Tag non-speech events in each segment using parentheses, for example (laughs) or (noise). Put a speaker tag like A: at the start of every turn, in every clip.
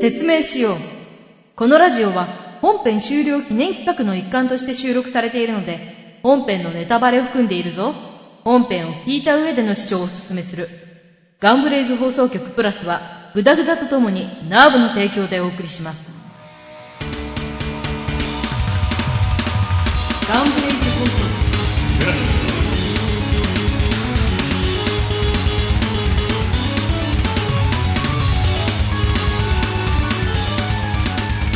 A: 説明しよう。このラジオは本編終了記念企画の一環として収録されているので、本編のネタバレを含んでいるぞ。本編を聞いた上での視聴をお勧めする。ガンブレイズ放送局プラスは、グダグダとともにナーブの提供でお送りします。ガンブレイズ放送局。
B: は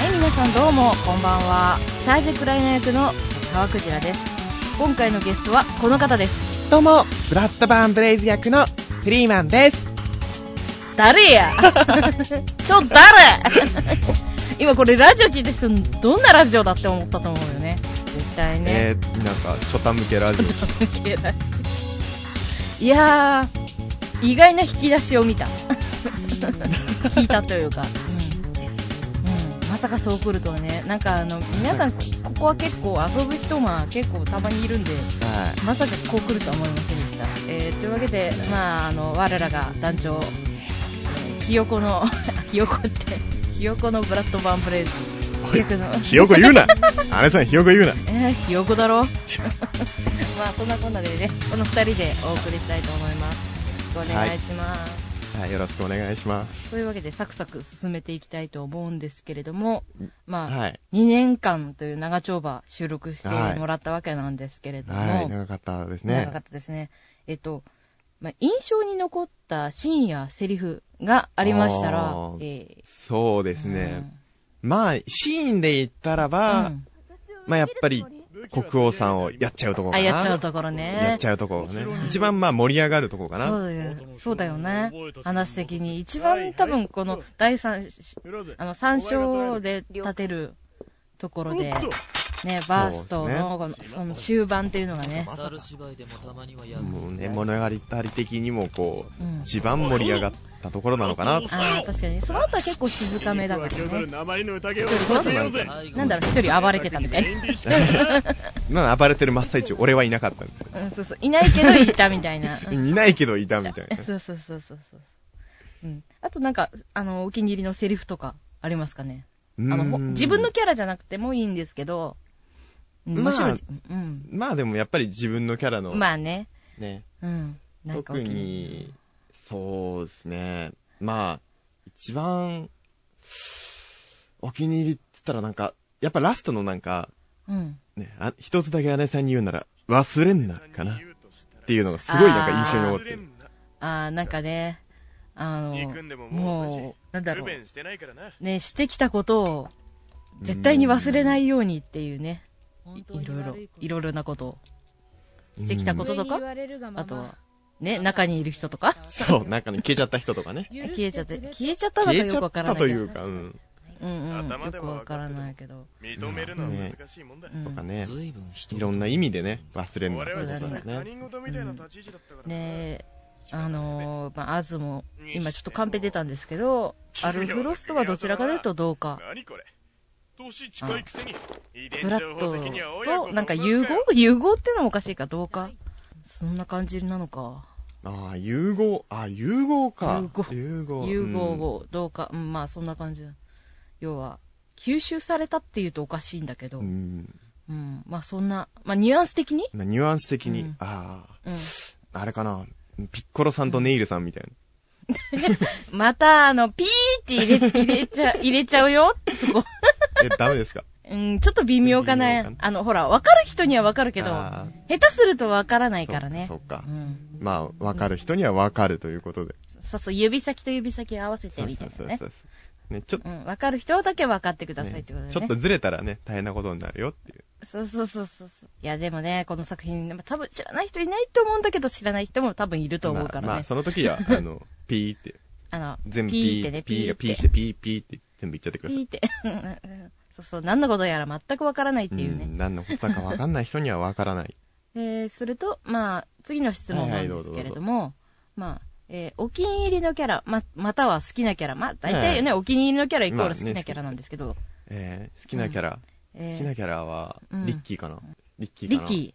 B: い、皆さんどうもこんばんは。サージクライナ役の川クジラです。今回のゲストはこの方です。
C: どうも、ブラッドバーンブレイズ役のフリーマンです。
B: 誰や (laughs) ちょ、誰今これラジオ聞いてる人、どんなラジオだって思ったと思うよね。絶対ね。
D: えー、なんか初端向けラジオ
B: 系ラジオいやー、意外な引き出しを見た。 (laughs) 聞いたというか。うんうんまさかそう来るとはね、なんかあの皆さん、こここは結構遊ぶ人が結構たまにいるんで、
C: は
B: まさかこう来るとは思いませんでした。えーというわけで、まあ、あの我らが団長、えーひよこの、 (laughs) ひよこって、ひよこのブラッドバーンブレイズ役の、
D: ひよこ言うな姉さんひよこ言うな
B: えー、ひよこだ
D: (laughs)
B: ろまあそんなこんなでね、この2人でお送りしたいと思います。よろしくお願いします。
D: はいよろしくお願いします
B: というわけで、サクサク進めていきたいと思うんですけれども、まあ、
D: はい
B: 2年間という長丁場収録してもらったわけなんですけれども、
D: はい長かったです
B: 長
D: ね
B: かったですね。えっと、まあ、印象に残ったシーンやセリフがありましたら、
D: あー
B: え
D: そうです
B: ー
D: ね、まあシーンで言ったら
B: うん
D: ば、
B: うん
D: まあやっぱり国王さんをやっちゃうとこか
B: あ、
D: な
B: やっちゃうところね。
D: やっちゃうとこね一番まあ盛り上がるとこか
B: そう
D: な
B: だよそうだよね。話的に。一番多分この第三、あの、三章で立てるところで、ね、バーストのこのその終盤っていうのがね、
E: サル芝居でもたまにはやる
D: もうね物語的にもこう、
B: うん
D: 一番盛り上がったところなのかな
B: ああ、確かに。その後は結構静かめだからね。
D: ちょっとなんか
E: 最後
B: なんだろう、一人暴れてたみたいな。
D: まあ暴れてる真っ最中俺はいなかったんですよ
B: うん、そうそう。いないけどいたみたいな。
D: いないけどいたみたいな
B: そうそうそうそうそう。うん。あとなんか、あの、お気に入りのセリフとかありますかね。あの、ほ
D: うん
B: 自分のキャラじゃなくてもいいんですけど、うん
D: まあ
B: むしろ、うん。
D: まあでもやっぱり自分のキャラの、
B: まあね。
D: ね、
B: うん。なんかお
D: 特
B: 気に入り。
D: に、そうですね。まあ、一番、お気に入りって言ったらなんか、やっぱラストのなんか、
B: うん。
D: ね、あ一つだけ姉さんに言うなら、忘れんな、かな。っていうのがすごいなんか印象に残ってる。
B: ああ、なんかね、あの、
F: 行くんでももう遅いし
B: もう、なんだ
F: 不
B: ろう。
F: 便してないからな
B: ね、してきたことを、絶対に忘れないようにっていうね。いいろいろ、いろいろなことを。してきたこととか、あとは、ね、中にいる人とか、
D: そう、なんかね、消えちゃった人とかね。
B: 消えちゃって、消えちゃったのか
D: 消え
B: よ
D: ち
B: く
D: ゃ
B: わ
D: っ
B: から
D: た
B: ない
D: と
B: け
D: い
B: ど。
D: うか、うん。
B: うんうん。
F: 頭
B: よ
F: で
B: く
F: も
B: わ
F: わ
B: か
F: からら
B: な
F: ない
B: けど。
F: 認めるのは難しいもんだ、
B: うん
D: とかね、
E: ずいぶん人
D: いろんな意味でね、忘れんな
F: 我。々は
B: そ
F: さ、
B: うだ
D: ね
F: 他人事みたいな立ち位置だったからな、
B: で、あのー、まあ、アズも、今ちょっとカンペ出たんですけど、アルフロストはどちらかというとどうか。
F: 何これ年近いくせに遺
B: ブ
F: 伝
B: ラ
F: 情
B: ッ
F: 報
B: ド
F: 的には親子
B: と、なんか
F: 同
B: 融
F: じだよ
B: 合融合ってのもおかしいか、どうか。そんな感じなのか。
D: ああ、融合、ああ、融合か。融合。
B: 融合
D: うん
B: を、どうか、うん、まあそんな感じだ。要は、吸収されたっていうとおかしいんだけど、
D: う
B: うん、
D: ん。
B: まあそんな、まあニュアンス的に
D: ニュアンス的に、
B: うん
D: ああ、
B: うん。
D: あれかな、ピッコロさんとネイルさんみたいな。
B: (laughs) また、あの、ピーって入れ、入れ
D: (laughs)
B: ちゃ、入れちゃうよそこ。
D: え、ダメですか
B: うん、ちょっと微妙か
D: 微
B: な
D: 妙かな
B: あの、ほら、わかる人にはわかるけど、
D: あ
B: 下手するとわからないからね。
D: そっか。そっか
B: うん。
D: まあ、わかる人にはわかるということで。
B: さそう、指先と指先合わせてみたいなね。
D: うそう。ね、ちょっと、
B: うん、わかる人だけわかってくださいっ
D: ね
B: てことでね。
D: ちょっとずれたらね、大変なことになるよっていう。
B: そうそうそうそうそう。いや、でもね、この作品、まあ多分知らない人いないと思うんだけど、知らない人も多分いると思うからね。
D: まあ、まあ、その時
B: (laughs)
D: は、あの、ピーって、
B: あの、
D: 全部
B: ピー
D: ピー
B: ってね、
D: ピーが
B: って
D: ピーして、ピーピーって全部言っちゃってくださ
B: ピ
D: い。
B: ーって。 (laughs) そうそう、何のことやら全くわからないっていう
D: う
B: ね。
D: ん、何のことだかわかんない人にはわからない。
B: えー、それと、まあ、次の質問なんですけれども、まあ、えーお気に入りのキャラ、ま、または好きなキャラ、まあ、大体ね、お気に入りのキャライコール好き
D: まあ
B: な
D: ね
B: キャラなんですけど、
D: えー、好きなキャラ、
B: えー
D: 好きなキャラは、
B: うん
D: リッキーかな。リッキー
B: リ
D: か
B: ッ
D: な。
B: キ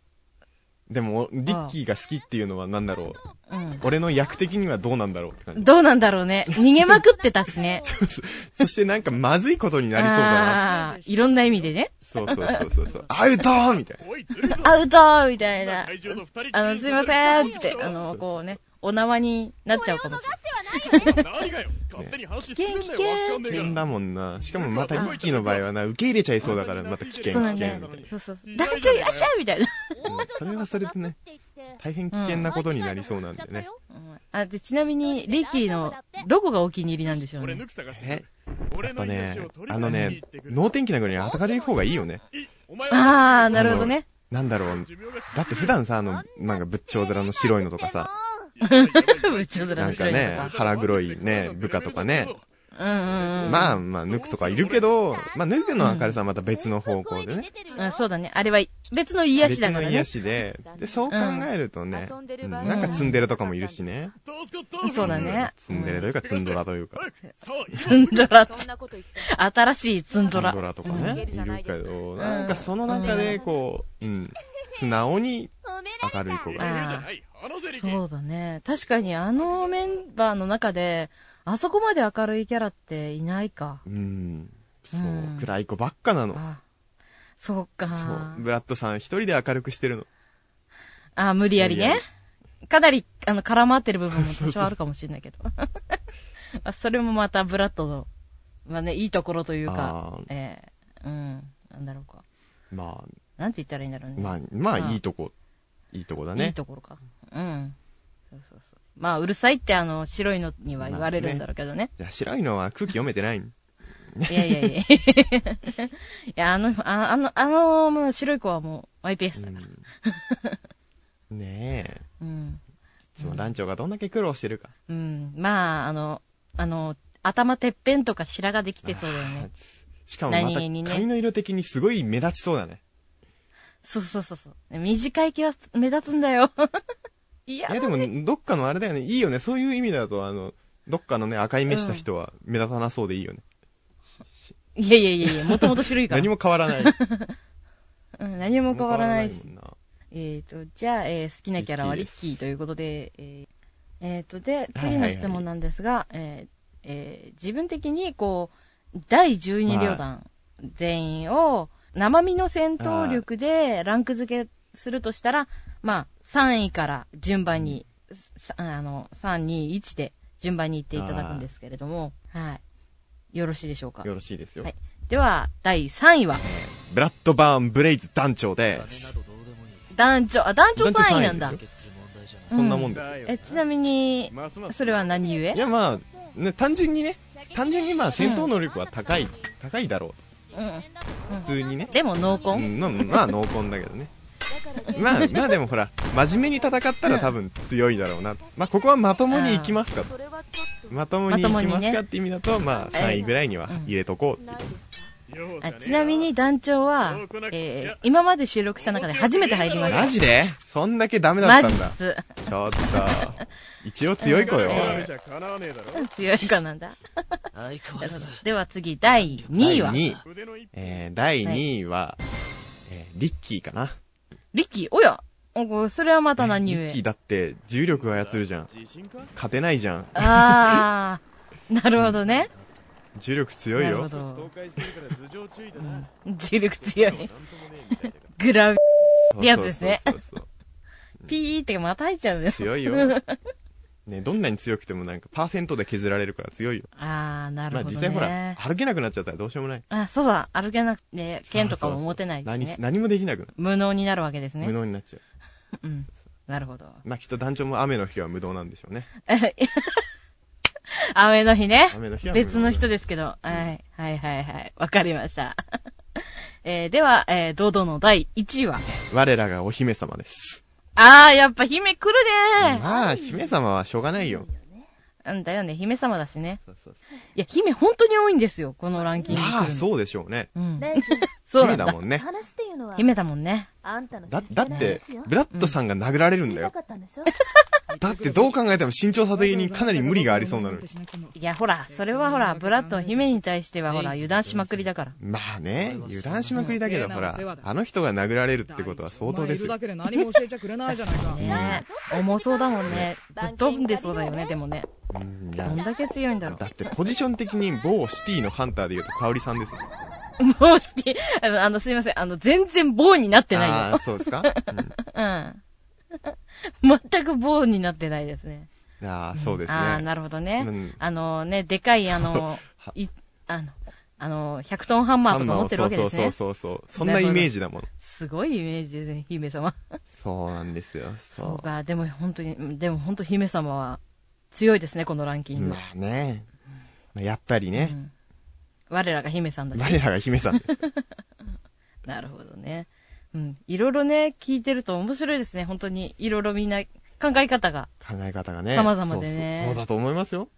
D: でも、リッキーが好きっていうのは何だろう。
B: うん。
D: 俺の役的にはどうなんだろうって感じ。
B: どうなんだろうね。逃げまくってたし (laughs) ね。
D: そうそうそしてなんかまずいことになりそうだな。
B: (laughs) ああー、いろんな意味でね。
D: そうそうそうそうそう。アウトーみたいな。
F: おい、ずるいぞ。
B: アウトーみたいな。
F: 会場の二人
B: あの、すいませんって、あの、こうね、お縄になっちゃうかもしれない。
F: 何がよ勝手に話進めんなよわかんねえ
D: 危
F: から
D: 険だもんな。しかもまたリッキーの場合はな、受け入れちゃいそうだから、また危険、危
B: そうな
D: 険
B: ん
D: み
B: だ
D: たい
B: よ
D: な。。
B: そうそうそう。団長いらっしゃいみたいな。
D: うんそれはそれでね、大変危険なことになりそうなんだよね。
B: うんあ、で、ちなみに、リッキーの、どこがお気に入りなんでしょう
F: 俺
B: ね
F: 抜。く探してく
D: え
F: る俺
D: やっぱ
F: の癒
D: ね
F: しを、取り
D: あの
F: 戻しに
D: ね
F: 行って、くる
D: 能天気な国にあたかれる方がいいよね。
F: いいお前は
B: ああ、なるほどね。
D: あの。なんだろう。
F: 寿命が
D: だって普段さ、あの、なんか仏頂面の白いのとかさ、
B: (laughs) 部長面
D: な
B: の白いの
D: んか
B: と
D: ね
B: か。、
D: 腹黒いね、部下とかね。
B: うんうんうん。
D: まあまあ、抜くとかいるけど、まあ、抜くの明るさはまた別の方向でね。
B: うん、そうだね。あれは、別の癒しだから
D: 別の癒
B: ね。
D: しで、で、そう考えるとね、
G: うん
D: うんなんかツンデレとかもいるしね。
F: どうすかどうすか
B: そうだね。
D: ツンデレというか、ツンドラというか。
F: さあ
B: ツンドラ。
G: そんなこと言って
B: 新しいツンド
D: ツン
B: ラ
D: ド。ラとかね、い
G: うん
D: るけど、なんかその中で、こう、うん、素直に明るい子
F: 言うじ
D: が。
F: ゃない話せりき
B: そうだね。確かに、あのメンバーの中で、あそこまで明るいキャラっていないか。
D: うん、そう
B: うん、
D: 暗い子ばっかなの。
B: あそうか。
D: そう、ブラッドさん一人で明るくしてるの。
B: あ、無理やり
D: 無理や
B: ね。かなり、あの、絡まってる部分も多少あるかもしれないけど。 (laughs) あそれもまた、ブラッドの、まあね、いいところという
D: あ
B: か
D: ー、
B: ええうん、なんだろうか。
D: ま
B: なんて言ったらいいんだろう
D: あ、
B: ね。
D: まあ、ま
B: ま
D: あ、
B: あ
D: いいとこ、いいとこだ
B: いい
D: ね。
B: ところか。うん。そうそうそう。まあ、うるさいって、あの、白いのには言われるんだろうけどね。
D: いや白いのは空気読めてない。
B: いやい (laughs) やいや。いや、あの、ああの、あの、もう白い子はもう、YPS だから。
D: うんねえ。
B: うん。
D: いつも団長がどんだけ苦労してるか。
B: うん。まあ、あの、あの、頭てっぺんとか白ができてそうだよね。
D: しかもまた
B: 何気にね
D: 髪の色的にすごい目立ちそうだね。
B: そうそうそうそう。短い毛は目立つんだよ。 (laughs) いや
D: い、やでも、どっかのあれだよね。いいよね。そういう意味だと、あの、どっかのね、赤い目した人は目立たなそうでいいよね。
B: いやいやいやいや、もともと白いから。何
D: 何
B: も、
D: も変わらない。
B: うん、 (laughs) 何も変わらないし
D: 何。も
B: えーと、じゃあ、えー好きなキャラはリッキ
D: リッキー
B: ー
D: です
B: ということで、えーえーと、で、
D: はいはい
B: 次の質問なんですが、えーえー自分的に、こう、第12
D: はい
B: 旅団全員を、生身の戦闘力でランク付けするとしたら、まあ、3位から順番に、さあの、3、2、1で順番に言っていただくんですけれども、はい。よろしいでしょうか
D: 変わらないもんな。よろしいですよ
B: はい。では、第3位は、
D: ブラッドバーン・ブレイズ団長で
E: 金な
D: す。
E: どどうでもいい
B: 団長、あ、団長
D: 団長
B: 3位
D: 三位
B: なんだ
D: で
E: 解。決する問題じゃない
D: そんなもんですよ。
B: え、ちなみに、
F: ますます
B: それは何故
D: いやまあ、ね、単純にね、単純にまあ戦闘能力は高い、高いだろ
B: うん、
D: う。普通にね。
B: でも濃
D: う
B: 紺、
D: ん、まあまあ濃紺だけ
B: (laughs)
D: どね。まあまあでもほら、真面目に戦ったら多分強いだろうな。まあここはまともに行きますかと。
G: それはちょっと
D: まともに行きますかって意味だと、まあ
B: ええ
D: 3位ぐらいには入れとこうって
G: ない
D: いう。
G: です
B: あちなみに団長は
F: そう来な、くちゃ
B: えー、今まで収録した中で初めて入りました。
D: マジでそんだけダメだ
B: マ
D: っ
B: ジ
D: た
B: っ
D: んだ。
B: す。(laughs)
D: ちょっと。一応強い子よ。
B: え
F: じゃ叶わねえだろ
B: 強い子なんだ。
E: 相変わらず
B: では次、第2位は、
D: 第2位。
F: 腕の一
D: えー、第2位は、えー、リッキーかな。
B: リッキー、おやおこそれはまた何
D: リ
B: 故
D: ッキーだって重力操るじゃん。
F: 自信か
D: 勝てないじゃん。
B: あー、なるほどね。
D: 重力強い
B: なる
D: よ
B: ほ。
F: 倒
B: ど。
F: 壊してるから頭上注意だな
B: 重力強い。
F: なんともねえみたいだか
B: グラビ、
D: そう
B: てやつですね
D: そうそうそう
B: ピーってまた入っちゃうんです。
D: 強いよ。ね、どんなに強くてもなんかパーセントで削られるから強いよ。
B: あー、なる
D: まあ
B: ほど、ね。
D: 実際ほら、歩けなくなっちゃったらどうしようもない。
B: あ、そうだ、歩けなくて、剣とかも持てないです
D: そうそうそう
B: ね。
D: 何何もできなくなる。
B: 無能になるわけです
D: 無
B: ね。
D: 能になっちゃ
B: う
D: う。
B: ん。なるほど。
D: まあきっと団長も雨の日は無能なんでしょうね。
B: 雨の日ね。
D: 雨の日は無能
B: 別の人ですけど。はい。はいはいはい。わかりました。 (laughs) えーでは、えー、堂々の第1位は。
D: 我らがお姫様です。
B: あー、やっぱ姫来るね
D: まあ、姫様はしょうがないよ。
B: うんだよね、姫様だしね。
D: そうそうそ
B: いや、姫本当に多いんですよ、このランキン
D: う
B: グ。
D: まあ、そうでしょうね。
B: うん。そうなん
D: だ
B: だ。
D: もんね。
G: 話っていうのは、
B: 姫だもんね。
G: あんたの
D: だ、
G: 出世
D: だ
G: の
D: って
G: 話よ、
D: ブラッドさんが殴られるんだよ
G: 知りた。かったんでしょ
D: だってどう考えても身長差的にかなり無理がありそうなの
H: (laughs)
D: に。
B: いや、ほら、それはほら、ブラッドは姫に対してはほら、油断しまくりだから。
D: まあね、油断しまくりだけど、ほら、あの人が殴られるってことは相当です
H: お前いる
D: よ
H: だ。けで何も教えちゃくれないじゃない
D: (laughs)
H: か。
B: ねえ、重そうだもんね。ぶっ飛んでそうだよね、でもね。
D: うんい
B: ど
D: や
B: んだけ強いんだろ
D: だってポジション的に某シティのハンターで言うと香織さんですね。
B: う。もうして、あのあの、すいません、あの、全然棒になってない
D: ああー、
B: よ。
D: そうですか、うん
B: うん。 (laughs) 全く棒になってないですね。
D: ああ、そうですね。
B: ああ、なるほどね。
D: うん
B: あのね、でかい、あの、い、あの、あの、100トンハンマーとか持ってるわけですね。
D: そうそうそうそうそう。そんなイメージだもん。
B: すごいイメージですね、姫様。
D: そうなんですよ。
B: そう
D: そ
B: か、でも本当に、うんでも本当姫様は強いですね、このランキ
D: う。
B: ング。
D: まあね。まあやっぱりね。
B: 我らが姫さんだし。
D: 我らが姫さんです。
B: なるほどね。うん。いろいろね、聞いてると面白いですね。本当に。いろいろみんな考え方が。
D: 考え方がね。
B: 様々でね
D: そうそうそうだと思いますよ。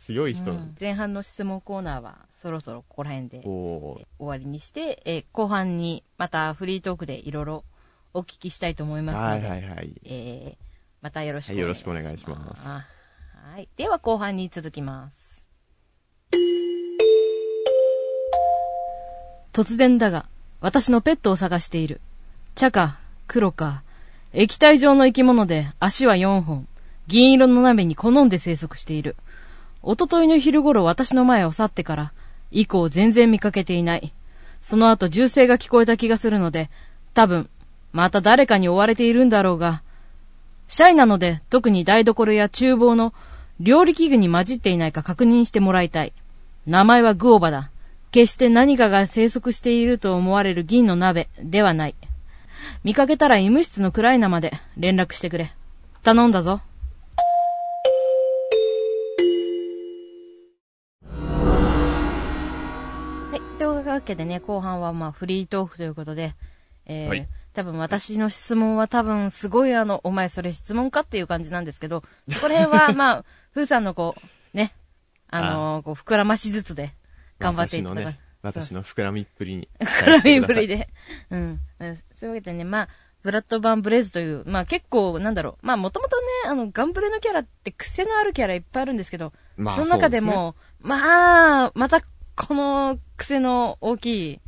D: 強い人
B: う
D: なんんで。
B: 前半の質問コーナーは、そろそろここら辺で
D: お
B: 終
D: ー
B: わりにして、えー後半にまたフリートークでいろいろお聞きしたいと思いますの
D: は
B: で、
D: いはいはい。
B: えーまたよろしくお願いします。
D: はいよろしくお願いします
B: はい。では後半に続きます。突然だが、私のペットを探している。茶か、黒か、液体状の生き物で足は4本、銀色の鍋に好んで生息している。おとといの昼頃私の前を去ってから、以降全然見かけていない。その後銃声が聞こえた気がするので、多分、また誰かに追われているんだろうが、シャイなので特に台所や厨房の料理器具に混じっていないか確認してもらいたい。名前はグオバだ。決して何かが生息していると思われる銀の鍋ではない。見かけたら医務室のクライナまで連絡してくれ。頼んだぞ。はい。というわけでね、後半はまあフリートークということで、えー
D: はい
B: 多分私の質問は多分すごいあの、お前それ質問かっていう感じなんですけど、これ
D: (laughs)
B: はまあ、ふーさんのこう、ね、あのーこう膨らましずつで頑張ってい
D: 私
B: た
D: の
B: だ
D: ね、私の膨らみっぷりに。
B: くらみぶりで。うん。うんそういうわけでね、まあ、ブラッド・バン・ブレイズという、まあ結構、なんだろう、まあもともとね、あの、ガンブレのキャラって癖のあるキャラいっぱいあるんですけど、
D: まあ
B: その中でも、まあ、またこの癖の大きい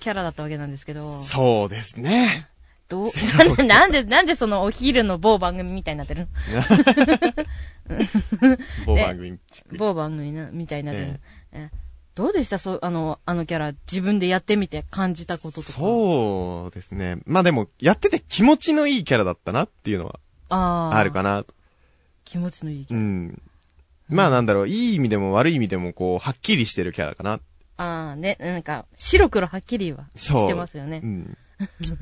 B: キャラだったわけなんですけど、
D: そうですね。 (laughs)
B: どう、なんで、なんでそのお昼の某番組みたいになってるの
D: 某番組。
B: 某番組なみたいになってるの
D: え
B: えどうでしたそう、あの、あのキャラ、自分でやってみて感じたこととか。
D: そうですね。まあでも、やってて気持ちのいいキャラだったなっていうのは
B: ああ。
D: あるかな。
B: 気持ちのいいキャ
D: う
B: ラ。
D: ん。まあなんだろう、いい意味でも悪い意味でもこう、はっきりしてるキャラかな。
B: ああ、ね、なんか、白黒はっきりは
D: そう。
B: してますよね
D: う。ん。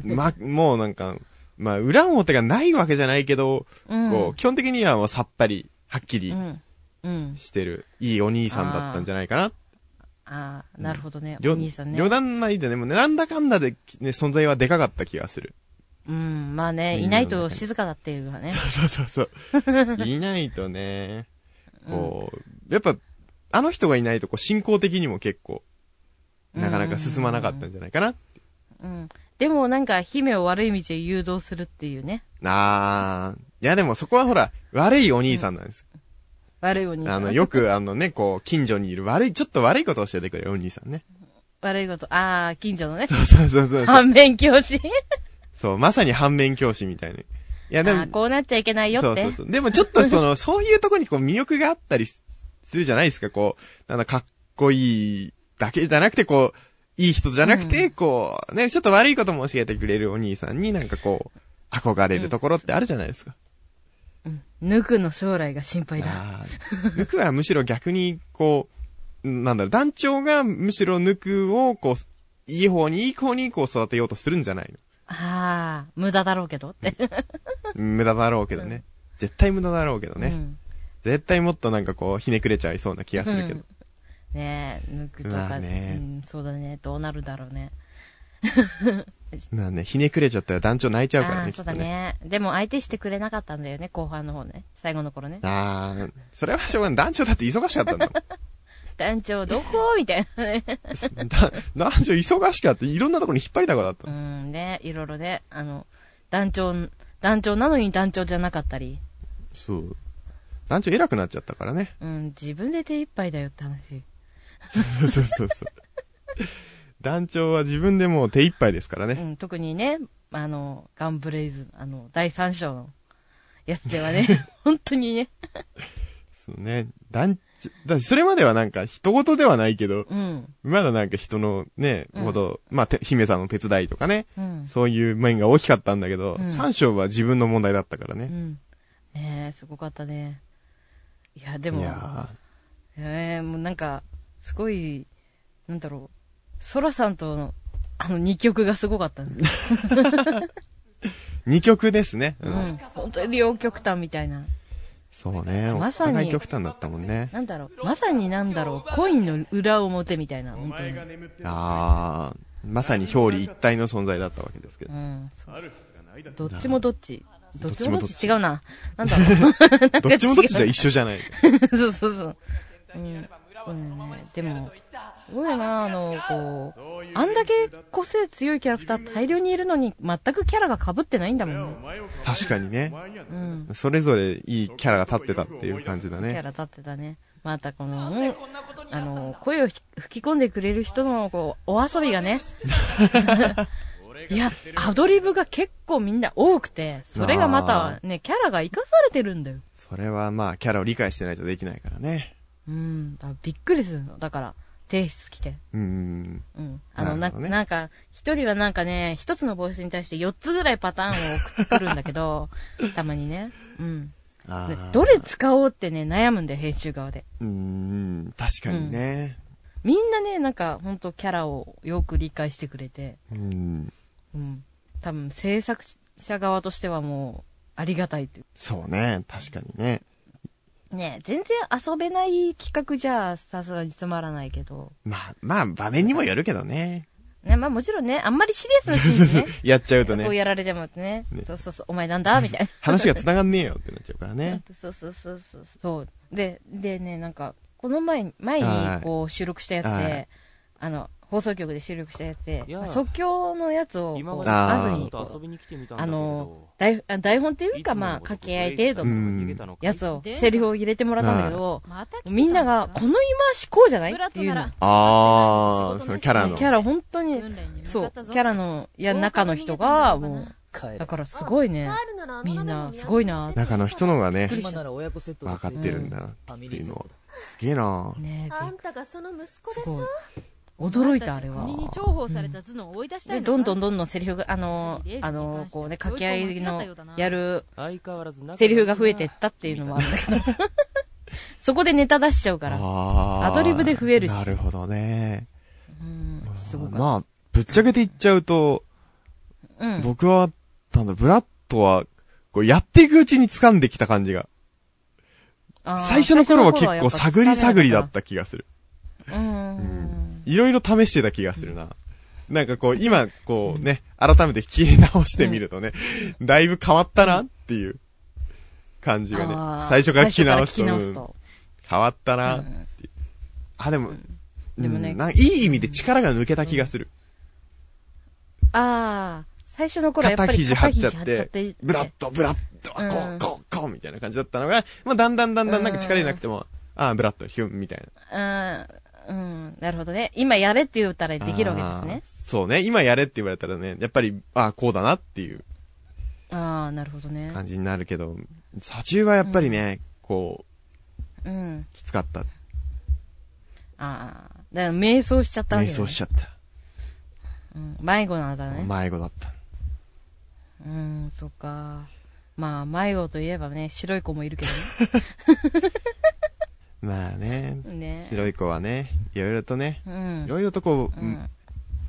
D: ま、もうなんか、まあ裏表がないわけじゃないけど、
B: うん
D: こう、基本的にはもうさっぱり、はっき
B: う
D: り
B: ん。うん。
D: してる、いいお兄さんだったんじゃないかな。
B: ああ、なるほどね。
D: りょ
B: お兄さんね
D: 余。談ないでね、もうなんだかんだで、ね、存在はでかかった気が
B: (laughs)
D: する。
B: うん、まあね、
D: うん
B: いないと静かだっていうかね。
D: そうそうそう (laughs) そう。いないとね、こう、やっぱ、あの人がいないと、こう、進行的にも結構、なかなか進まなかったんじゃないかな。
B: うん。でもなんか、姫を悪い道へ誘導するっていうね。
D: あー。いやでもそこはほら、悪いお兄さんなんです。
B: 悪いお兄さ
D: あ
B: ん。
D: の、よくあのね、こう、近所にいる悪い、ちょっと悪いことを教えてくれるお兄さんね。
B: 悪いこと。ああ、近所のね。
D: (laughs) そうそうそうそう。
B: 反面教師。
D: そう、まさに反面教師みたいな。いや
B: あ
D: で
B: あ、
D: も、
B: こうなっちゃいけないよって。
D: そうそうそう。でもちょっとその、 (laughs) そういうとこにこう魅力があったりすするじゃないですか、こう、あの、かっこいいだけじゃなくて、こう、いい人じゃなくて、こう、ね、ちょっと悪いことも教えてくれるお兄さんになんかこう、憧れるところってあるじゃないですか。
B: ぬくの将来が心配だ。
D: あ (laughs) あ。ぬくはむしろ逆に、こう、なんだろう、団長がむしろぬくを、こう、いい方に、いい方に、こう育てようとするんじゃないの
B: ああ、無駄だろうけどって。
D: 無駄だろうけどね。絶対無駄だろうけどね。
B: うん
D: 絶対もっとなんかこう、ひねくれちゃいそうな気がするけど。
B: ねえ、ぬくと
D: ま
B: か、
D: あね
B: うん、そうだね、どうなるだろうね。
D: まあね、ひねくれちゃったら団長泣いちゃうから
B: ああ
D: ね、
B: ー
D: き
B: そ
D: っ
B: う
D: と
B: だ
D: ね。
B: ね。でも相手してくれなかったんだよね、後半の方ね。最後の頃ね。
D: ああ、それはしょうがない。団長だって忙しかったんだもん。
B: 団長どこみたいな
D: (laughs)
B: ね。
D: だ、男女忙しかった。いろんなところに引っ張りだこだった
B: う。ん、ね、いろいろね、あの、団長、団長なのに団長じゃなかったり、
D: そう。団長偉くなっちゃったからね。
B: うん、自分で手一杯だよって話。
D: そうそうそうそう。団長は自分でもう手一杯ですから
B: う
D: ね。
B: ん、特にね、あの、ガンブレイズ、あの、第三章のやつでは
D: (laughs)
B: ね、本当にね、
D: そうね。団長、だそれまではなんか人事ではないけど、
B: うん、
D: まだなんか人のね、
B: うん
D: こと、まあ、て姫さんの手伝いとかね、
B: うん、
D: そういう面が大きかったんだけど、
B: うん
D: 三章は自分の問題だったから
B: う
D: ね。
B: ん。ねえ、すごかったね。いや、でも、
D: いや
B: えー、もうなんか、すごい、なんだろう、ソラさんとの、あの二曲がすごかったね。
D: (laughs) ー、二曲ですね。う。
B: うんん。本当に両極端みたいな。
D: そうね。
B: まさに
D: お互い極端だったもんね。
B: なんだろう、まさになんだろう、コインの裏表みたいな、
F: お
B: 本当
F: 前
B: に。
F: が眠ってる
D: ああ、まさに表裏一体の存在だったわけですけど
B: う。ん。そう
F: あるはずがないだろ
B: どっちもどっち。ど
D: ど
B: っ
D: っ
B: ち
D: ち
B: も
D: も
B: ど
D: ど
B: っ
D: っ
B: ち
D: ち
B: 違うな。なんだろう。
D: どっちもどっちじゃ一緒じゃない。
B: (laughs) そうそうそう。うん。うんね、でも、すごいな、あの、こう、あんだけ個性強いキャラクター大量にいるのに、全くキャラが被ってないんだもんね
F: お。前をか
D: 確かにね
F: お。前には
B: うん。
D: それぞれいいキャラが立ってたっていう感じだ
B: キャ
D: ね。
B: ラ立ってたね。またこの、うんあの、声をひ吹き込んでくれる人の、こう、お遊びが (laughs) ね。いや、アドリブが結構みんな多くて、それがまたね、キャラが活かされてるんだよ。
D: それはまあ、キャラを理解してないとできないからね。
B: うん。だからびっくりするの。だから、提出来て。
D: うーん。
B: うん。あの、な
D: なるほどね
B: なんか、一人はなんかね、一つのボイスに対して4つぐらいパターンを送ってくるんだけど、たまにね。うん。
D: あ
B: で
D: ー
B: どれ使おうってね、悩むんだよ、編集側で。
D: うーん、確かにね。
B: みんなね、なんか、ほんとキャラをよく理解してくれて、
D: うーん。
B: うん。多分、制作者側としてはもう、ありがたいとい
D: そうね、確かにね。
B: う。ね全然遊べない企画じゃ、さすがにつまらないけど。
D: まあ、まあ、場面にもよるけどね。
B: ね、まあもちろんね、あんまりシリアスなシー (laughs) ンね。
D: やっちゃう
B: こ
D: と
B: う
D: ね、
B: やられてもね
D: ね
B: そうそうそう、お前なんだみたいな。
D: 話が繋がんねえよってなっちゃうからね。
B: そうそうそうそう。そう。で、でね、なんか、この前に、前に
D: はい
B: こう収録したやつで、
D: はい
B: あの、放送局で収録したやつで、
G: いや
B: まあ即興のやつをこう、
D: あ
B: まず
D: ー
G: ちょ
B: にこ
G: っ
B: と
G: 遊
B: う、
G: びに来てみたんだ
B: あ
G: け
B: の
G: ど、、
B: 台あ台本っていう
G: いつ
B: か、
G: もの
B: まあ、
G: こと
B: 掛け合い程度
G: ブレ
B: の
G: イズさんが逃げたのか
B: やつを、セリフを入れてもらったんだけど、
I: また来た
B: みんなが、この言い回しこうじゃないっていうの。
D: あー、そのキャラの
B: キ。ャラ本当に、
I: 訓練に向
B: そ
I: か
B: う
I: っ、たぞ
B: キャラの、いや、中の人が、も
E: 帰
B: う、
E: れ
B: だからすごいね、みんな、すごいな、
D: 中の人のがね、
E: 今なら親子セット
D: 分かってるんだな、
E: うん
D: っていうのを。すげえな
B: ね
I: あんたがその息子
B: す
I: で
B: ごい
I: す。
B: 驚いた、あれは。
I: 国に重宝された頭脳を追い出したい
B: で、
I: の
B: どんどん
I: ん
B: どんどんセリフが、あの
I: レイ、ズ
B: あ
I: に
B: の
I: 関し、て
B: こうね、
I: は
B: 掛け合いの
I: 教育を間違ったようだな
B: やる
G: 相変わらず仲がいいな
B: セリフが増えてったっていうのもあるんだけど、
I: (laughs)
B: そこでネタ出しちゃうから、
D: あー
B: アドリブで増えるし
D: なるほどね。
B: うん、すごかっ
D: まあ、ぶっちゃけて言っちゃうと、
B: た。うん。
D: 僕は、なんだ、ブラッドは、こうやっていくうちに掴んできた感じが。
B: あー
D: 最初の頃は結構
B: 最初の頃はや
D: 探り
B: っぱ
D: 探りだった気がする。
B: うん。
D: いろいろ試してた気がするな。なんかこう、今、こうね、改めて聞き直してみるとね、だいぶ変わったなっていう感じがね
B: あー、
D: 最初から聞き直すと、
B: 最初から聞
D: うん変わったなっていうあ、でも、
B: でもね
D: うんなんかいい意味で力が抜けた気がする。
B: ああ、最初の頃はやっぱ
D: 肩
B: り
D: 肘張っちゃって、
B: て
D: ブラッド、ブラッド、こ
B: うん
D: う、こう、こう、みたいな感じだったのが、まあ、だんだんだんだんなんか力入れなくても、ああ、ブラッド、ヒュン、みたいな。
B: うん、うん、なるほどね。今やれって言ったらできるわけですね
D: あー。。そうね、今やれって言われたらね、やっぱり、ああ、こうだなっていう
B: ああー、なるほどね。
D: 感じになるけど、左中はやっぱりね、こ
B: うん。
D: う、きつかった。
B: ああ、だから迷走しちゃったわけ
D: 迷
B: だね
D: 走しちゃった。
B: うん迷子なんだね。
D: 迷子だった。
B: うん、そっか。まあ、迷子といえばね、白い子もいるけ
D: まあね、 (laughs)
B: どね。ね。
D: 白い子はね、いろいろとね、
B: うん
D: い。ろいろとこう、
B: うん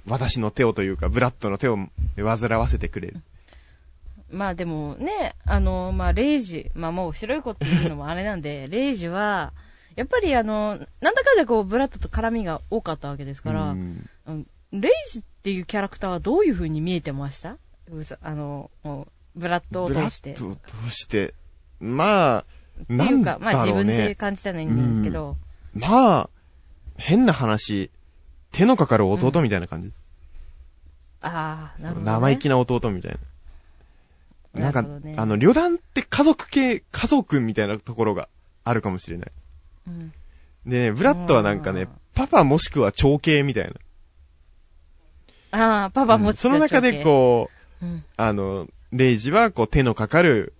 D: 私の手をというか、ブラッドの手を煩わせてくれる。
B: まあでもね、あの、まあ、レイジ、まあもう白い子っていうのもあれなん
D: (laughs)
B: で、レイジは、やっぱりあの、なんだかんだこう、ブラッドと絡みが多かったわけですから、
D: うん
B: うんレイジっていうキャラクターはどういう風に見えてましたうざあの、もうブラッドを
D: ブラ
B: 通して。
D: ッドを通して、まあ、
B: って
D: ないん
B: う
D: だ
B: か、まあ自
D: ろう
B: 分で
D: ね。
B: 感じたのはいいんですけど、
D: まあ、変な話、手のかかる弟みたいな感じ。
B: ああ、なるほど、ね。
D: 生意気な弟みたいな。なんか、
B: なるほどね
D: あの、旅団って家族系、家族みたいなところがあるかもしれない。
B: うん
D: で、ブラッドはなんか
B: う
D: ね
B: ん、
D: パパもしくは長兄みたいな。
B: ああ、パパも、
D: その中でこう、
B: うん
D: あの、レイジはこう手のかかる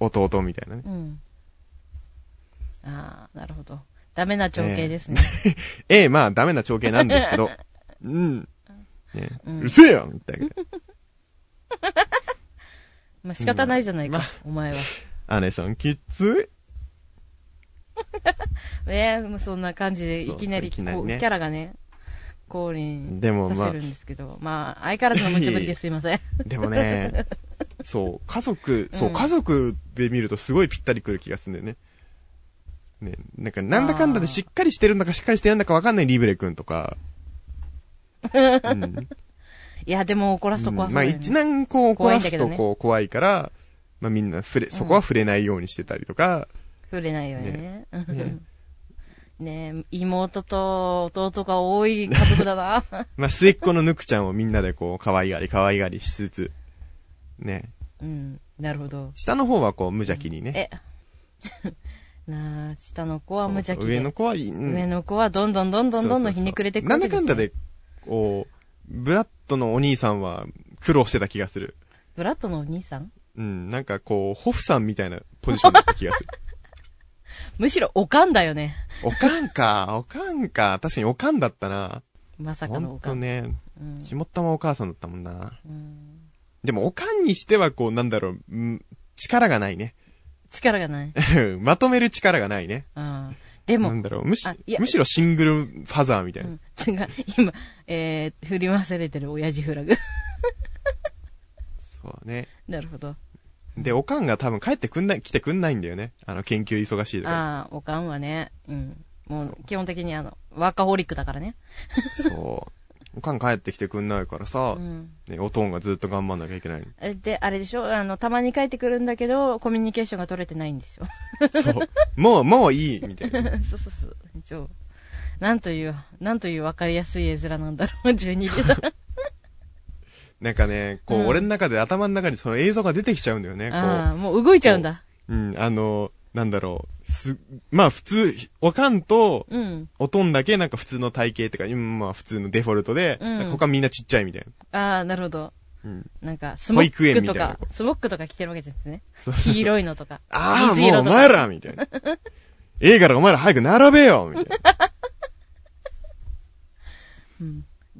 D: 弟みたいなね。
B: う。うん。ああ、なるほど。ダメな情景ですね。
D: ええ、まあダメな長兄なんですけ
B: (laughs)
D: ど、うん。ね、うんるせえよみたいな。
B: (laughs) まあ仕方ないじゃないか、
D: まあ
B: お前は。
D: 姉さんきつ
B: ええもうそんな感じで、
D: そう
B: いきなり
D: そういきなり
B: こう
D: ね
B: キャラがね、降臨
D: でもま
B: さ
D: あ
B: せるんですけど、まあ、相変わらずの無茶
D: (laughs)
B: ぶりですいません。
D: い。で
B: (laughs)
D: もね、そう、家族、そう、
B: うん
D: 家族で見るとすごいぴったりくる気がするんだよね。ね、なんか、なんだかんだでしっかりしてるんだかしっかりしてるんだかわかんないリブレ君
B: (laughs)
D: とか。うん
B: いや、でも怒らすと怖そう
D: まあ
B: だよね
D: 一難こう怒
B: 怖い
D: ら
B: んだ
D: す
B: けど
D: と
B: ね
D: こう怖いから、まあみんな触れ、そこは触れないようにしてたりとか、
B: 触れないよね。
D: ね
B: ねね妹と弟が多い家族だ
D: (laughs)
B: な。
D: まあ末っ子のぬくちゃんをみんなでこう可愛がり可愛がりしつつ、ね、
B: うん、なるほど。
D: 下の方はこう無邪気にね。
B: え、 (laughs) なあ、下の子は無邪気
D: そうそう
B: で。
D: 上の子はいい、うん
B: 上の子はどんどんどんどんどんどんひねくれてく
D: な
B: わ
D: ん
B: けで
D: だ
B: す
D: か
B: よ
D: んだで、こう、ブラッドのお兄さんは苦労してた気がする。
B: ブラッドのお兄さん
D: うん、なんかこう、ホフさんみたいなポジションだった気が
B: (laughs)
D: する。
B: むしろおかんだよね。
D: おかんか、おかんか、確かにおかんだったな。
B: まさ
D: ほ
B: かのお
D: ん
B: か
D: と
B: ん。
D: ね、
B: うん
D: 肝っ玉お母さんだったもんな。
B: うん
D: でも、おかんにしては、こう、なんだろう、うん力がないね。 (laughs)
B: 力がない。
D: まとめる力がないね。
B: うん。で
D: な
B: も
D: ん、だろう、むし
B: あいや、
D: むしろシングルファザーみたいう
B: ん違
D: な。
B: う、今、えー、振り回されてる親父フラグ。 (laughs)
D: そうね。
B: なるほど。
D: で、おかんが多分帰ってくんない、来てくんないんだよね。あの、研究忙しいだか
B: ああ、おかんはね、うん。もう、基本的にあの、ワーカホリックだからね。
D: ら。そう。おかん帰ってきてくんないからさ、
B: うん。
D: ね、おとんがずっと頑張んなきゃい
B: (laughs)
D: けないの。
B: えで、あれでしょあの、たまに帰ってくるんだけど、コミュニケーションが取れてないんでしょ (laughs)
D: そう。もう、もういいみたいな。
B: そうそうそう。一応。なんという、なんという分かりやすい絵面なんだろう、12で (laughs) だ。
D: なんかね、こう、
B: うん
D: 俺の中で頭の中にその映像が出てきちゃうんだよね。こう
B: ああ、、もう動いちゃうんだ。
D: うん、あの、なんだろう、す、まあ普通、おかんと、
B: うん。
D: おとんだけなんか普通の体型ってか、うんまあ普通のデフォルトで、
B: うん
D: なんか他みんなちっちゃいみたいな。
B: ああ、なるほど。
D: うん
B: なんか、スモッ
D: 保育園
B: ク
D: みた
B: と
D: いな
B: か、スモックとか着てるわけですね。
D: そうそうそう
B: 黄色いのとか。
D: ああ、
B: 水
D: もう
B: 色
D: お
B: とか
D: 前らみた
B: (laughs)
D: いな。ええからお前ら早く並べよみたいな。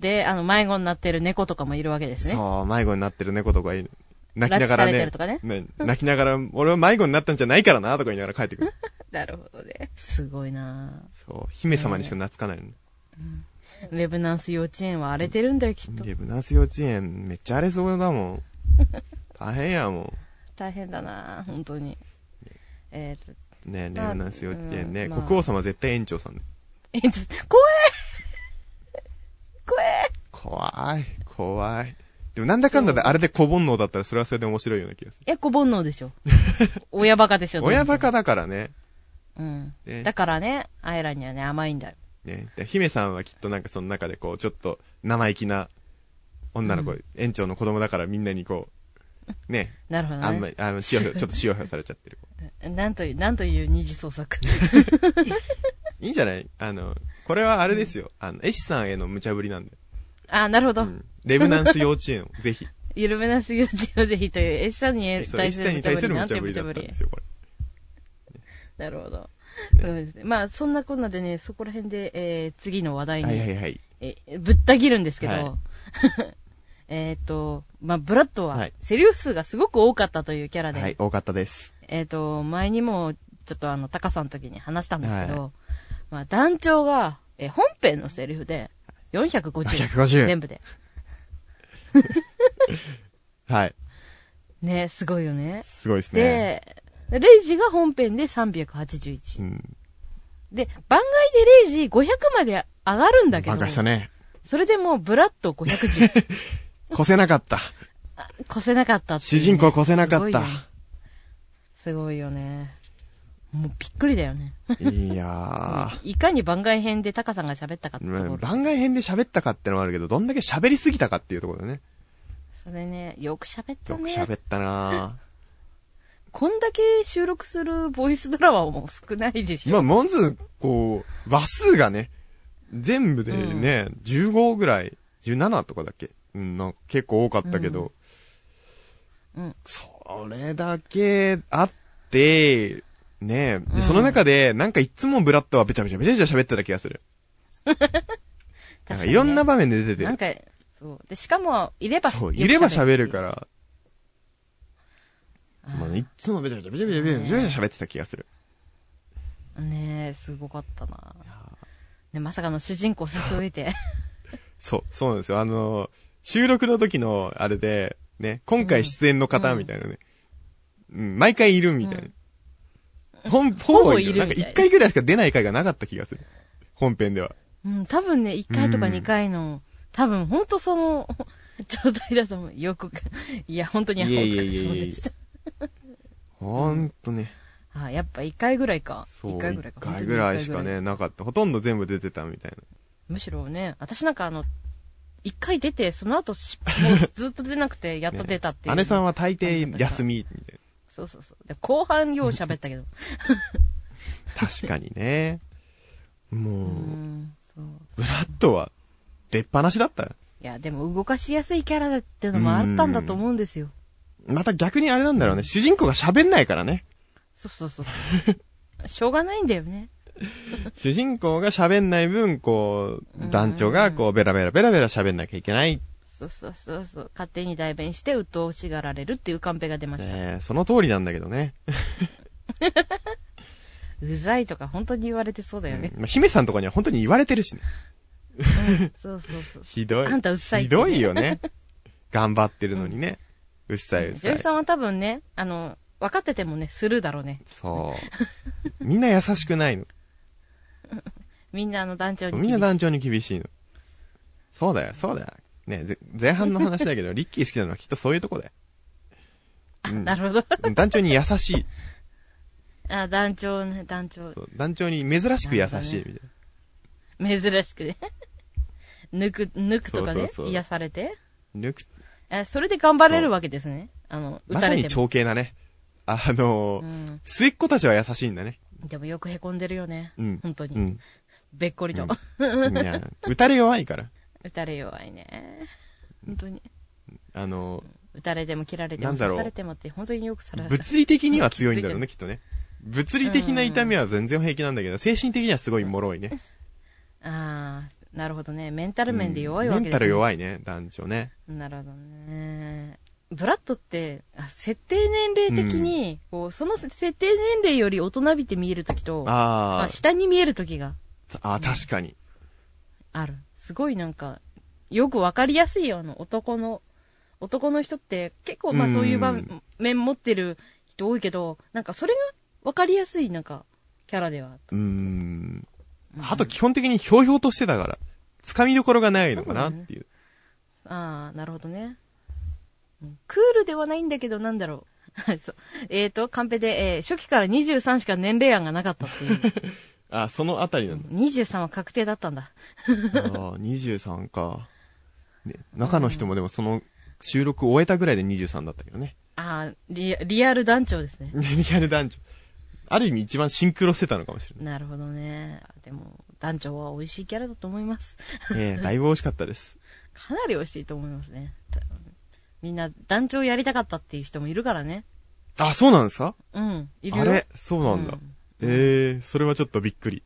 B: で、あの、迷子になってる猫とかもいるわけですね。
D: そう、迷子になってる猫とかいる。泣きながら
B: 拉致されて
D: ね
B: るとかね
D: 泣きながら、俺は迷子になったんじゃないからな、とか言いながら帰ってくる。
B: なるほどね。すごいな
D: そう、姫様にしか懐かないのね。
B: あレブナンス幼稚園は荒れてるんだよ、きっと。
D: レブナス幼稚園めっちゃ荒れそうだもん。大変やも
B: 大変だなあ本当に。えっ、と、
D: ん。ねレ
B: まあ
D: ブナス幼稚園ね、
B: うんまあ
D: 国王様絶対園長さんね。
B: え、ちょっと、怖い怖い
D: 怖い、怖い。でもなんだかんだであれで小煩悩だったらそれはそれで面白いような気がする。
B: え、小煩悩でし
D: (laughs)
B: ょ親バカでしょ
D: 親バ
B: カ
D: カだからね。
B: うん。
D: ね
B: だからね、あいらにはね、甘いんだよ。
D: ね。で姫さんはきっとなんかその中でこう、ちょっと生意気な女の子、園長の子供だからみんなにこう、ね、
B: なるほどね。
D: あ
B: (laughs)
D: んまり、あの、ちよちょっと潮表されちゃってる子。
B: なんという、なんという二次創作。 (laughs)
D: いいんじゃないあの、これはあれですよ。あの、エシさんへの無茶ぶりなんで。
B: あ、なるほど。
D: うんレブナンス幼稚園を
B: (laughs)
D: ぜひ。
B: ゆるめなすぎる自由ぜひという、エッサに
D: エシさん
B: 対する
D: に
B: 無茶
D: 対
B: ぶり
D: する
B: な
D: 無
B: んて
D: 茶ぶ
B: 無茶ぶ
D: りだったん
B: り
D: で。すよ、これ。
B: なるほど。そうですね。まあ、そんなこんなでね、そこら辺で、えー、次の話題に、
D: はいはいはい。
B: えぶった切るんですけど、
D: はい
B: (laughs) えっと、まあ、ブラッド
D: は、
B: はいセリフ数がすごく多かったというキャラで、
D: はい、多かったです。
B: えっ、と、前にも、ちょっとあの、タカさんの時に話したんですけど、
D: は
B: まあ、団長が、えー本編のセリフで、450。
D: 450
B: 全部で。
D: はい。
B: ね、すごいよね。
D: すごいですね。
B: で、レイジが本編で381。
D: うん。
B: で、番外でレイジ500まで上がるんだけど、
D: 挽回したね。
B: それでもうブラッと510。
D: (laughs) 越せな
B: (laughs)
D: かった。
B: 越せなかったっていう
D: 主
B: ね
D: 人公越せなか
B: すご
D: っ
B: いよ
D: た
B: ね。すごいよね。もうびっくりだよね。
D: いや
B: いかに番外編でタカさんが喋ったかってところ。
D: ー。番外編で喋ったかってのもあるけど、どんだけ喋りすぎたかっていうところだね。
B: それね、よく喋った
D: よく
B: ね。
D: 喋ったな
B: こんだけ収録するボイスドラマも少ないでし
D: (laughs) ま
B: ょ。
D: あ、まず、こう、話数がね、全部でね、15ぐらい、17とかだっけうん、なんか結構多かったけど、
B: うんうん
D: それだけあって、ねで、その中で、なんかいつもブラッドはべちゃべちゃべちゃべちゃ喋ってた気がする。なん
B: 確
D: か
B: かにね
D: いろんな場面で出て
B: なん
D: て
B: か、そう。で、しかも、いれば、。
D: そう、いれば喋るからら、
B: あ
D: まあ、いつもべちゃべちゃべちゃべちゃべちゃべちゃべちゃ喋ってた気がする。
B: ーねえ、すごかったな。ね、まさかの主人公差し置いて。
D: そう、そうなんですよ。あの、収録の時の、あれで、ね、今回出演の方みたいなね。うん、毎回いるみたいな。本、ほぼい
B: ほぼいる
D: る。
B: みた
D: ない
B: なん
D: か一回ぐらいしか出ない回がなかった気がする。本編では。
B: (laughs) うん、多分ね、1回とか2回の、多分、ほんとその、 (laughs) 状態だと思う。よく、 (laughs) いや、本当に、お
D: いえい
B: 疲
D: えいえ
B: れ
D: いえ
B: 様でした。
D: ほんとね。
B: あ、やっぱ1回ぐらいか。
D: そ
B: 1
D: う。
B: 回ぐらいか。
D: 一回ぐらいしかね、なかった。ほとんど全部出てたみたい
B: むしろね、私なんかあの、一回出て、その後し、 (laughs) もうずっと出なくて、やっと出たってい
D: な。
B: う。
D: 姉さんは大抵休み、みたい
B: そうそうそう。で後半よう喋ったけど。
D: な。確かに (laughs) ね。もう
B: う、ん、そう。
D: ブラッドは、出っ放しだったよ。
B: いや、でも動かしやすいキャラだってのもあったんだと思うんですよ。
D: また逆にあれなんだろうね。主人公が喋んないからね。
B: そうそうそう。しょうがないんだよね。
D: 主人公が喋んない分、こ
B: うん
D: う、団長がこう、ベラベラベラベラ喋んなきゃいけない。
B: そうそうそうそう。勝手に代弁して、鬱陶しがられるっていうカンペが出ました。
D: ねえその通りなんだけどね。
B: うざいとか本当に言われてそうだよね。
D: まあ、姫さんとかには本当に言われてるしね。
B: そうそうそう。
D: ひどい。
B: あんたうっさいっ
D: ひ
B: てね
D: どい
B: (laughs)
D: よね。頑張ってるのにね。うっさいうっ
B: 女
D: さ
B: 優
D: い。
B: さんは多分ね、あの、分かっててもね、するだろうね。
D: そう。みんな優し
B: (laughs)
D: くないの。
B: みんなあの団長に。
D: みんな団長に厳しいの。そうだよ、そうだよ。ねえぜ前半の話
B: (laughs)
D: だけど、リッキー好きなのはきっとそういうとこだよ。うん
B: なるほど。
D: 団長に優しい。
B: あ、団長ね、団長
D: そ。う団長に珍しく優しいみたいな。
B: 珍しくね。抜く、抜くとかね、
D: そうそうそう
B: 癒されて。
D: 抜く
B: え、それで頑張れるわけですね。あの、打
D: ま
B: た
D: さ
B: れて
D: に
B: も。
D: 長兄だね。あのー
B: うん。
D: 末っ子たちは優しいんだね。
B: でもよく凹んでるよね。
D: うん
B: 本当に。
D: うん。
B: べっこりと。
D: うんいや、打たれ弱いから。
B: 打たれ弱いね。本当に。
D: あの
B: 打たれても切られて
D: な
B: も
D: んだろう
B: 刺されてもって、本当によくさら
D: ー物理的には強いんだろう
B: う
D: ね、きっとね。物理的な痛みは全然平気なんだけど、精神的にはすごい脆いね。
B: あー、なるほどね。メンタル面で弱いわ
D: う
B: け
D: ん
B: です、ね
D: メンタル弱いね、団長ね。
B: なるほどね。ブラッドって、あ設定年齢的に、こう、その設定年齢より大人びて見えるときと、ま
D: あ
B: あ下に見えるときが
D: ー、あー、確かに。
B: ある。すごいなんか、よくわかりやすいよ、あの、男の、男の人って、結構まあ
D: うん
B: そういう場面持ってる人多いけど、なんかそれがわかりやすい、なんか、キャラではあった。
D: うーん。あと基本的にひょうひょうとしてたから、掴みどころがないのかなっていう。
B: ああ、なるほどね。うんクールではないんだけど、なんだろう。そうえっ、と、カンペで、えー初期から23しか年齢案がなかったっていう。 (laughs)
D: あー、そのあたりなんだ。
B: 23は確定だったんだ。
D: あー、23か。ね、中の人もでもその収録終えたぐらいで23だったけどね。
B: ああ、リアリアル団長ですね。
D: リアル男女。ある意味一番シンクロしてたのかも (laughs) しれない。
B: なるほどね。でも、団長は美味しいキャラだと思います。
D: ええだいぶ惜しかったです。
B: かなり美味しいと思いますね。たみんな団長やりたかったっていう人もいるからね。
D: あ、そうなんですか
B: うん、いる
D: あ
B: よ。
D: れそうなんだ。
B: うん
D: ええそれはちょっとびっくり。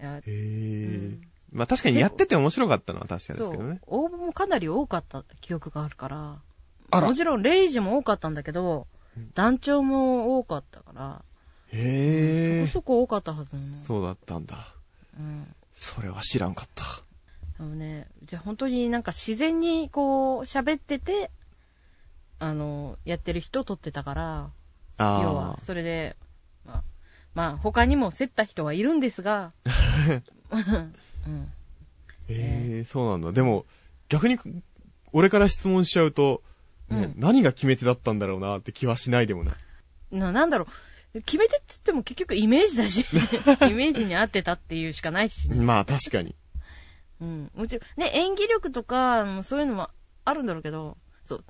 B: いや
D: ええまあ確かにやってて面白かったのは確かで
B: そ
D: すけど
B: う
D: ね。。
B: 応募もかなり多かった記憶があるから。
D: あら
B: も。ちろん、レイジも多かったんだけど、団長も多かったから、
D: え
B: そ
D: え
B: こそこ多かったはずなの。
D: そうだったんだ。
B: うん。
D: それは知らんかった。
B: あのね、じゃあ本当になんか自然にこう、喋ってて、あの、やってる人を撮ってたから、要
D: あ
B: は、それで、まあ、まあ、他にも競った人はいるんですが、うん。
D: あ。ええそうなんだ。でも、逆に、俺から質問しちゃうと、ね
B: うん
D: 何が決め手だったんだろうなって気はしないでもない。
B: ななんだろう、決めてって言っても結局イメージ
D: (laughs)
B: だし、イメージに合ってたっていうしかないしね、
D: まあ確かに。
B: うん。もちろん、ね、演技力とか、あのそういうのもあるんだろうけど、そう。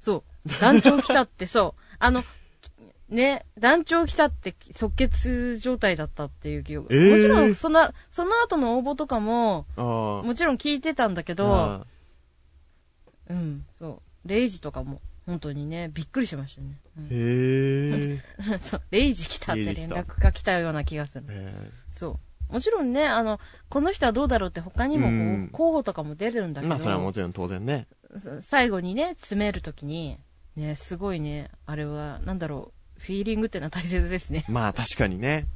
B: そう。団長来た
D: (laughs)
B: って、そう。あの、ね、団長来たって即決状態だったっていう記憶。
D: えー
B: もちろん、その、その後の応募とかも、
D: ああ。
B: もちろん聞いてたんだけど、
D: あ
B: うん、そう。レイジとかも、本当にね、びっくりしましたね。 (laughs) う
D: ーへえ。
B: ん、そう、レイジ来たって
D: レイジ来
B: 連
D: た
B: 絡が来たような気がする。
D: え
B: そう。もちろんね、あの、この人はどうだろうって他にもこう
D: うん
B: 候補とかも出てるんだ
D: ー
B: けど、
D: まあそれはもちろん当然ね。
B: そう最後にね、詰めるときに、ね、すごいね、あれは、なんだろう、フィーリングってのは大切ですね。
D: まあ確かにね。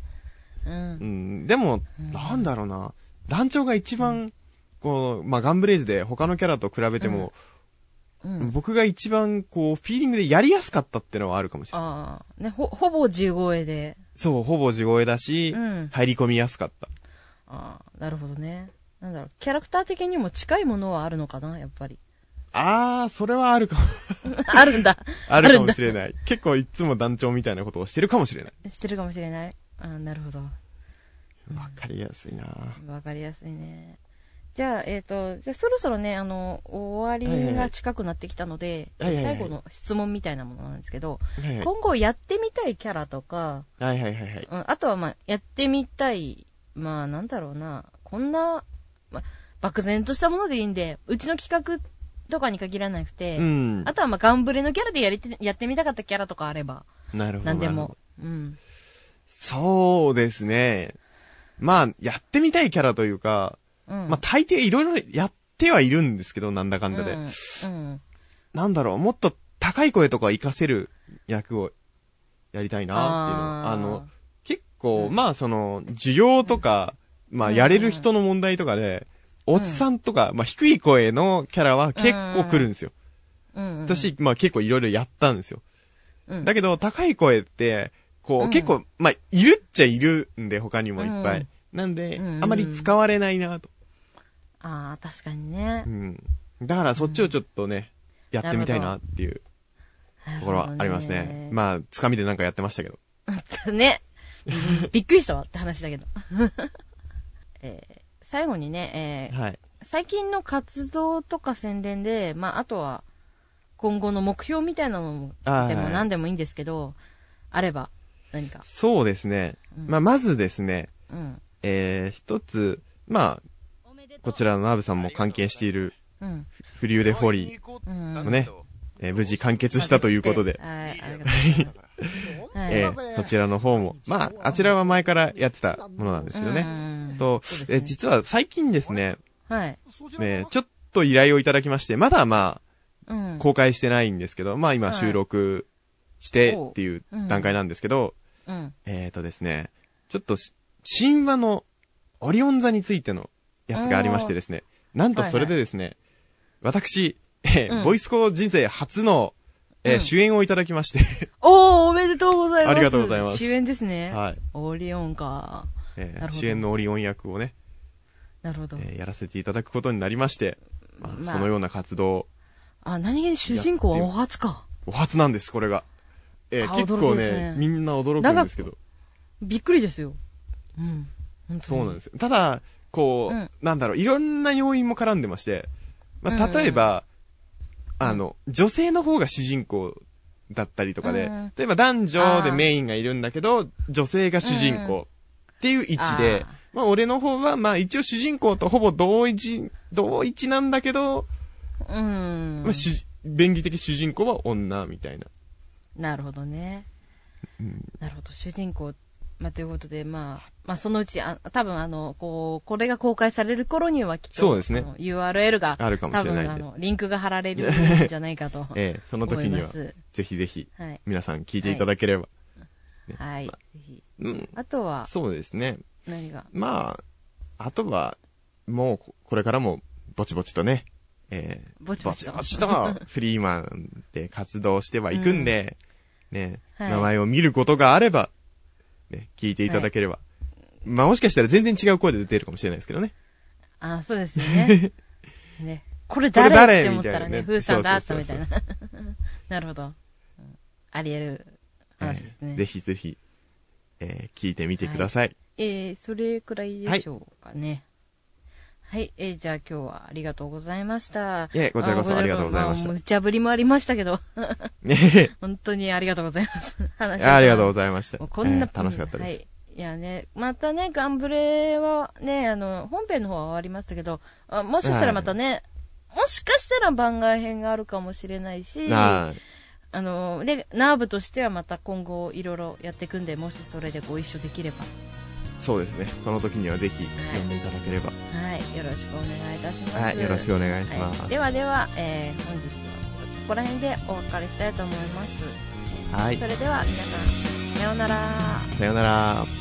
B: う。
D: (laughs) うんん。でも、なんだろうな。団長が一番、こう、まあガンブレイズで他のキャラと比べても、
B: うん。
D: 僕が一番こう、フィーリングでやりやすかったってのはあるかもしれない。
B: ああ、ね、ほ、ほぼ地声で。
D: そう、ほぼ地声だし、
B: うん
D: 入り込みやすかった。
B: ああ、なるほどね。なんだろう、キャラクター的にも近いものはあるのかな、やっぱり。 (laughs)
D: ああ、それはあるかも、
B: あるんだ。
D: あるかも
B: だ
D: しれない。結構いつも団長みたいなことをしてるかもしれない。
B: してるかもしれない。ああ、なるほど。
D: わかりやすいな
B: わかりやすいね。じゃあ、えっ、と、じゃあそろそろね、あの、終わ
D: はいは
B: り
D: いは
B: が
D: い
B: 近くなってきたので、
D: はいはいはい
B: 最後の質問みたいなものなんですけど、
D: はいはい
B: 今後やってみたいキャラとか、
D: はいはいはいはい。
B: うん、あとはまあ、やってみたい、まあなんだろうな、こんな、まあ、漠然としたものでいいんで、うちの企画とかに限らなくて、
D: うん。
B: あとはまあ、ガンブレのキャラでやりて、やってみたかったキャラとかあれば、
D: なるほど。
B: なんで
D: なるほ
B: も
D: ど。。
B: うん。
D: そうですね。まあ、やってみたいキャラというか、
B: うん。
D: まあ大抵いろいろやってはいるんですけど、なんだか
B: うん
D: だで。
B: ん、うん。
D: なんだろう、もっと高い声とか活かせる役をやりたいなっていうのはあ
B: あー
D: の、結構、まあその、需要とか、まあやれる人の問題とかで、おっさんとか、まあ低い声のキャラは結構来るんですよ。
B: うん、うん。
D: 私、まあ結構いろいろやったんですよ。
B: うん
D: だけど、高い声って、こ
B: う
D: う、
B: ん
D: 結構、まあ、いるっちゃいるんで、他にもいっぱ
B: うん
D: い。なんで、
B: うん
D: あまり使われないなと。
B: ああ、確かにね
D: う。ん。だから、そっちをちょっとね、やってみたいなっていうところはあります
B: なる
D: ね。
B: ほど
D: まあ、つかみでなんかやってましたけど。
B: ね。うんびっくりしたわって話だけど。 (laughs) えー最後にね、えー
D: はい。
B: 最近の活動とか宣伝で、まあ、あとは、今後の目標みたいなのも、
D: あー
B: でも
D: はい
B: 何でもいいんですけど、あれば、何か。
D: そうですね。まあ、まずですね、
B: うん。
D: えー、一つ、まあ、こちらのナーブさんも関係している、
B: うん。
D: フリューレフォリー、
B: うん。
D: ねえー無事完結したということで、 (laughs)
B: はい、ありがとう。はい。
D: えーそちらの方も、まあ、あちらは前からやってたものなんですけどね。
B: ね
D: と
B: そうで、すね
D: えー実は最近ですね、
B: はい。
D: ね、ちょっと依頼をいただきまして、まだま
B: う
D: あ、
B: ん。
D: 公開してないんですけど、まあ今収録してっていう
B: おううん
D: 段階なんですけど、
B: うん。
D: えーとですね、ちょっとし、神話のオリオン座についてのやつがありましてですね、なんとそれでですね、私、えー
B: うん
D: ボイスコ人生初の、えー
B: うん
D: 主演をいただきまして、 (laughs)
B: おー、おめでとうございます。
D: ありがとうございます
B: 主演ですね。
D: はい
B: オリオンか。
D: えー
B: なるほど
D: 主演のオリオン役をね、
B: なるほど。
D: えーやらせていただくことになりまして、まあ
B: まあ
D: そのような活動を
B: あ、何気に主人公はお初か。
D: お初なんです、これが。えー
B: あ
D: 結
B: 驚
D: 構
B: きですね
D: ね、みんな驚くんですけど。
B: びっくりですよ。うん。本当
D: そうなん
B: で
D: ですよ。ただ、こう、
B: うん
D: なんだろう、いろんな要因も絡んでまして、ま
B: うん
D: あ、
B: うん
D: 例えば、あの、女性の方が主人公だったりとかで、
B: うんうん
D: 例えば男女で
B: あー
D: メインがいるんだけど、女性が主人公っていう位置で、
B: あー
D: まあ、俺の方は、まあ、一応主人公とほぼ同一、同一なんだけど、
B: す。うん。
D: まあ、主便宜的主人公は女みたいな。
B: なるほどね。なるほど。主人公、まあ、ということで、まあ、まあ、そのうち、あ多分あの、こう、これが公開される頃にはきっと、
D: そうですね
B: あの URL が、
D: あるかもしれないんで
B: 多分あの、リンクが貼られるんじゃないかと。
D: ええその時に
B: 思
D: は
B: い
D: (laughs)
B: ます、
D: ぜひぜひ、
B: はい。
D: 皆さん聞いていただければ。
B: はい。ぜひ。
D: うん、
B: あとは、
D: そうですね。
B: 何が
D: まあ、あとは、もうこ、これからも、ぼちぼちとね、えー、
B: ぼちぼちと
D: ぼちと、フリーマンで活動してはいくんで、ね、
B: はい
D: 名前を見ることがあれば、ね、聞いていただければ。まあもしかしたら全然違う声で出てるかもしれないですけどね。
B: あ、そうですよ
D: (laughs)
B: ね。ね。これ
D: これ
B: 誰
D: 誰
B: って思ったらね、
D: み
B: ふ
D: たいなね
B: (laughs) ーさんだった
D: そう
B: み
D: そ
B: た
D: う
B: い
D: そ
B: な。なるほど。うんあり得る話ですね。
D: ぜひぜひ、えー聞いてみてください。
B: えー、それくらいでしょうかね。はい、えー、じゃあ今日はありがとうございました。
D: いえこちらこそありがとうございました
B: あ無茶ぶりもありましたけど、 (laughs)
D: (laughs) ねえ
B: 本当にありがとうございます。話
D: ありがとう
B: う
D: ございました。
B: こんな、
D: えー楽しかったです。
B: はい。いやね、またね、ガンブレはね、あの、本編の方は終わりましたけど、あもしかしたらまたね、もしかしたら番外編があるかもしれないし、
D: な
B: あの、で、ナーブとしてはまた今後いろいろやっていくんで、もしそれでご一緒できれば、
D: あそうですね。その時にはぜひ読んでいただければ。
B: はい、よろしくお願いいたします。
D: はい、よろしくお願いします。
B: は
D: はいい、
B: ではでは、えー本日はここら辺でお別れしたいと思います。それでは皆さん、さようなら。
D: さようなら。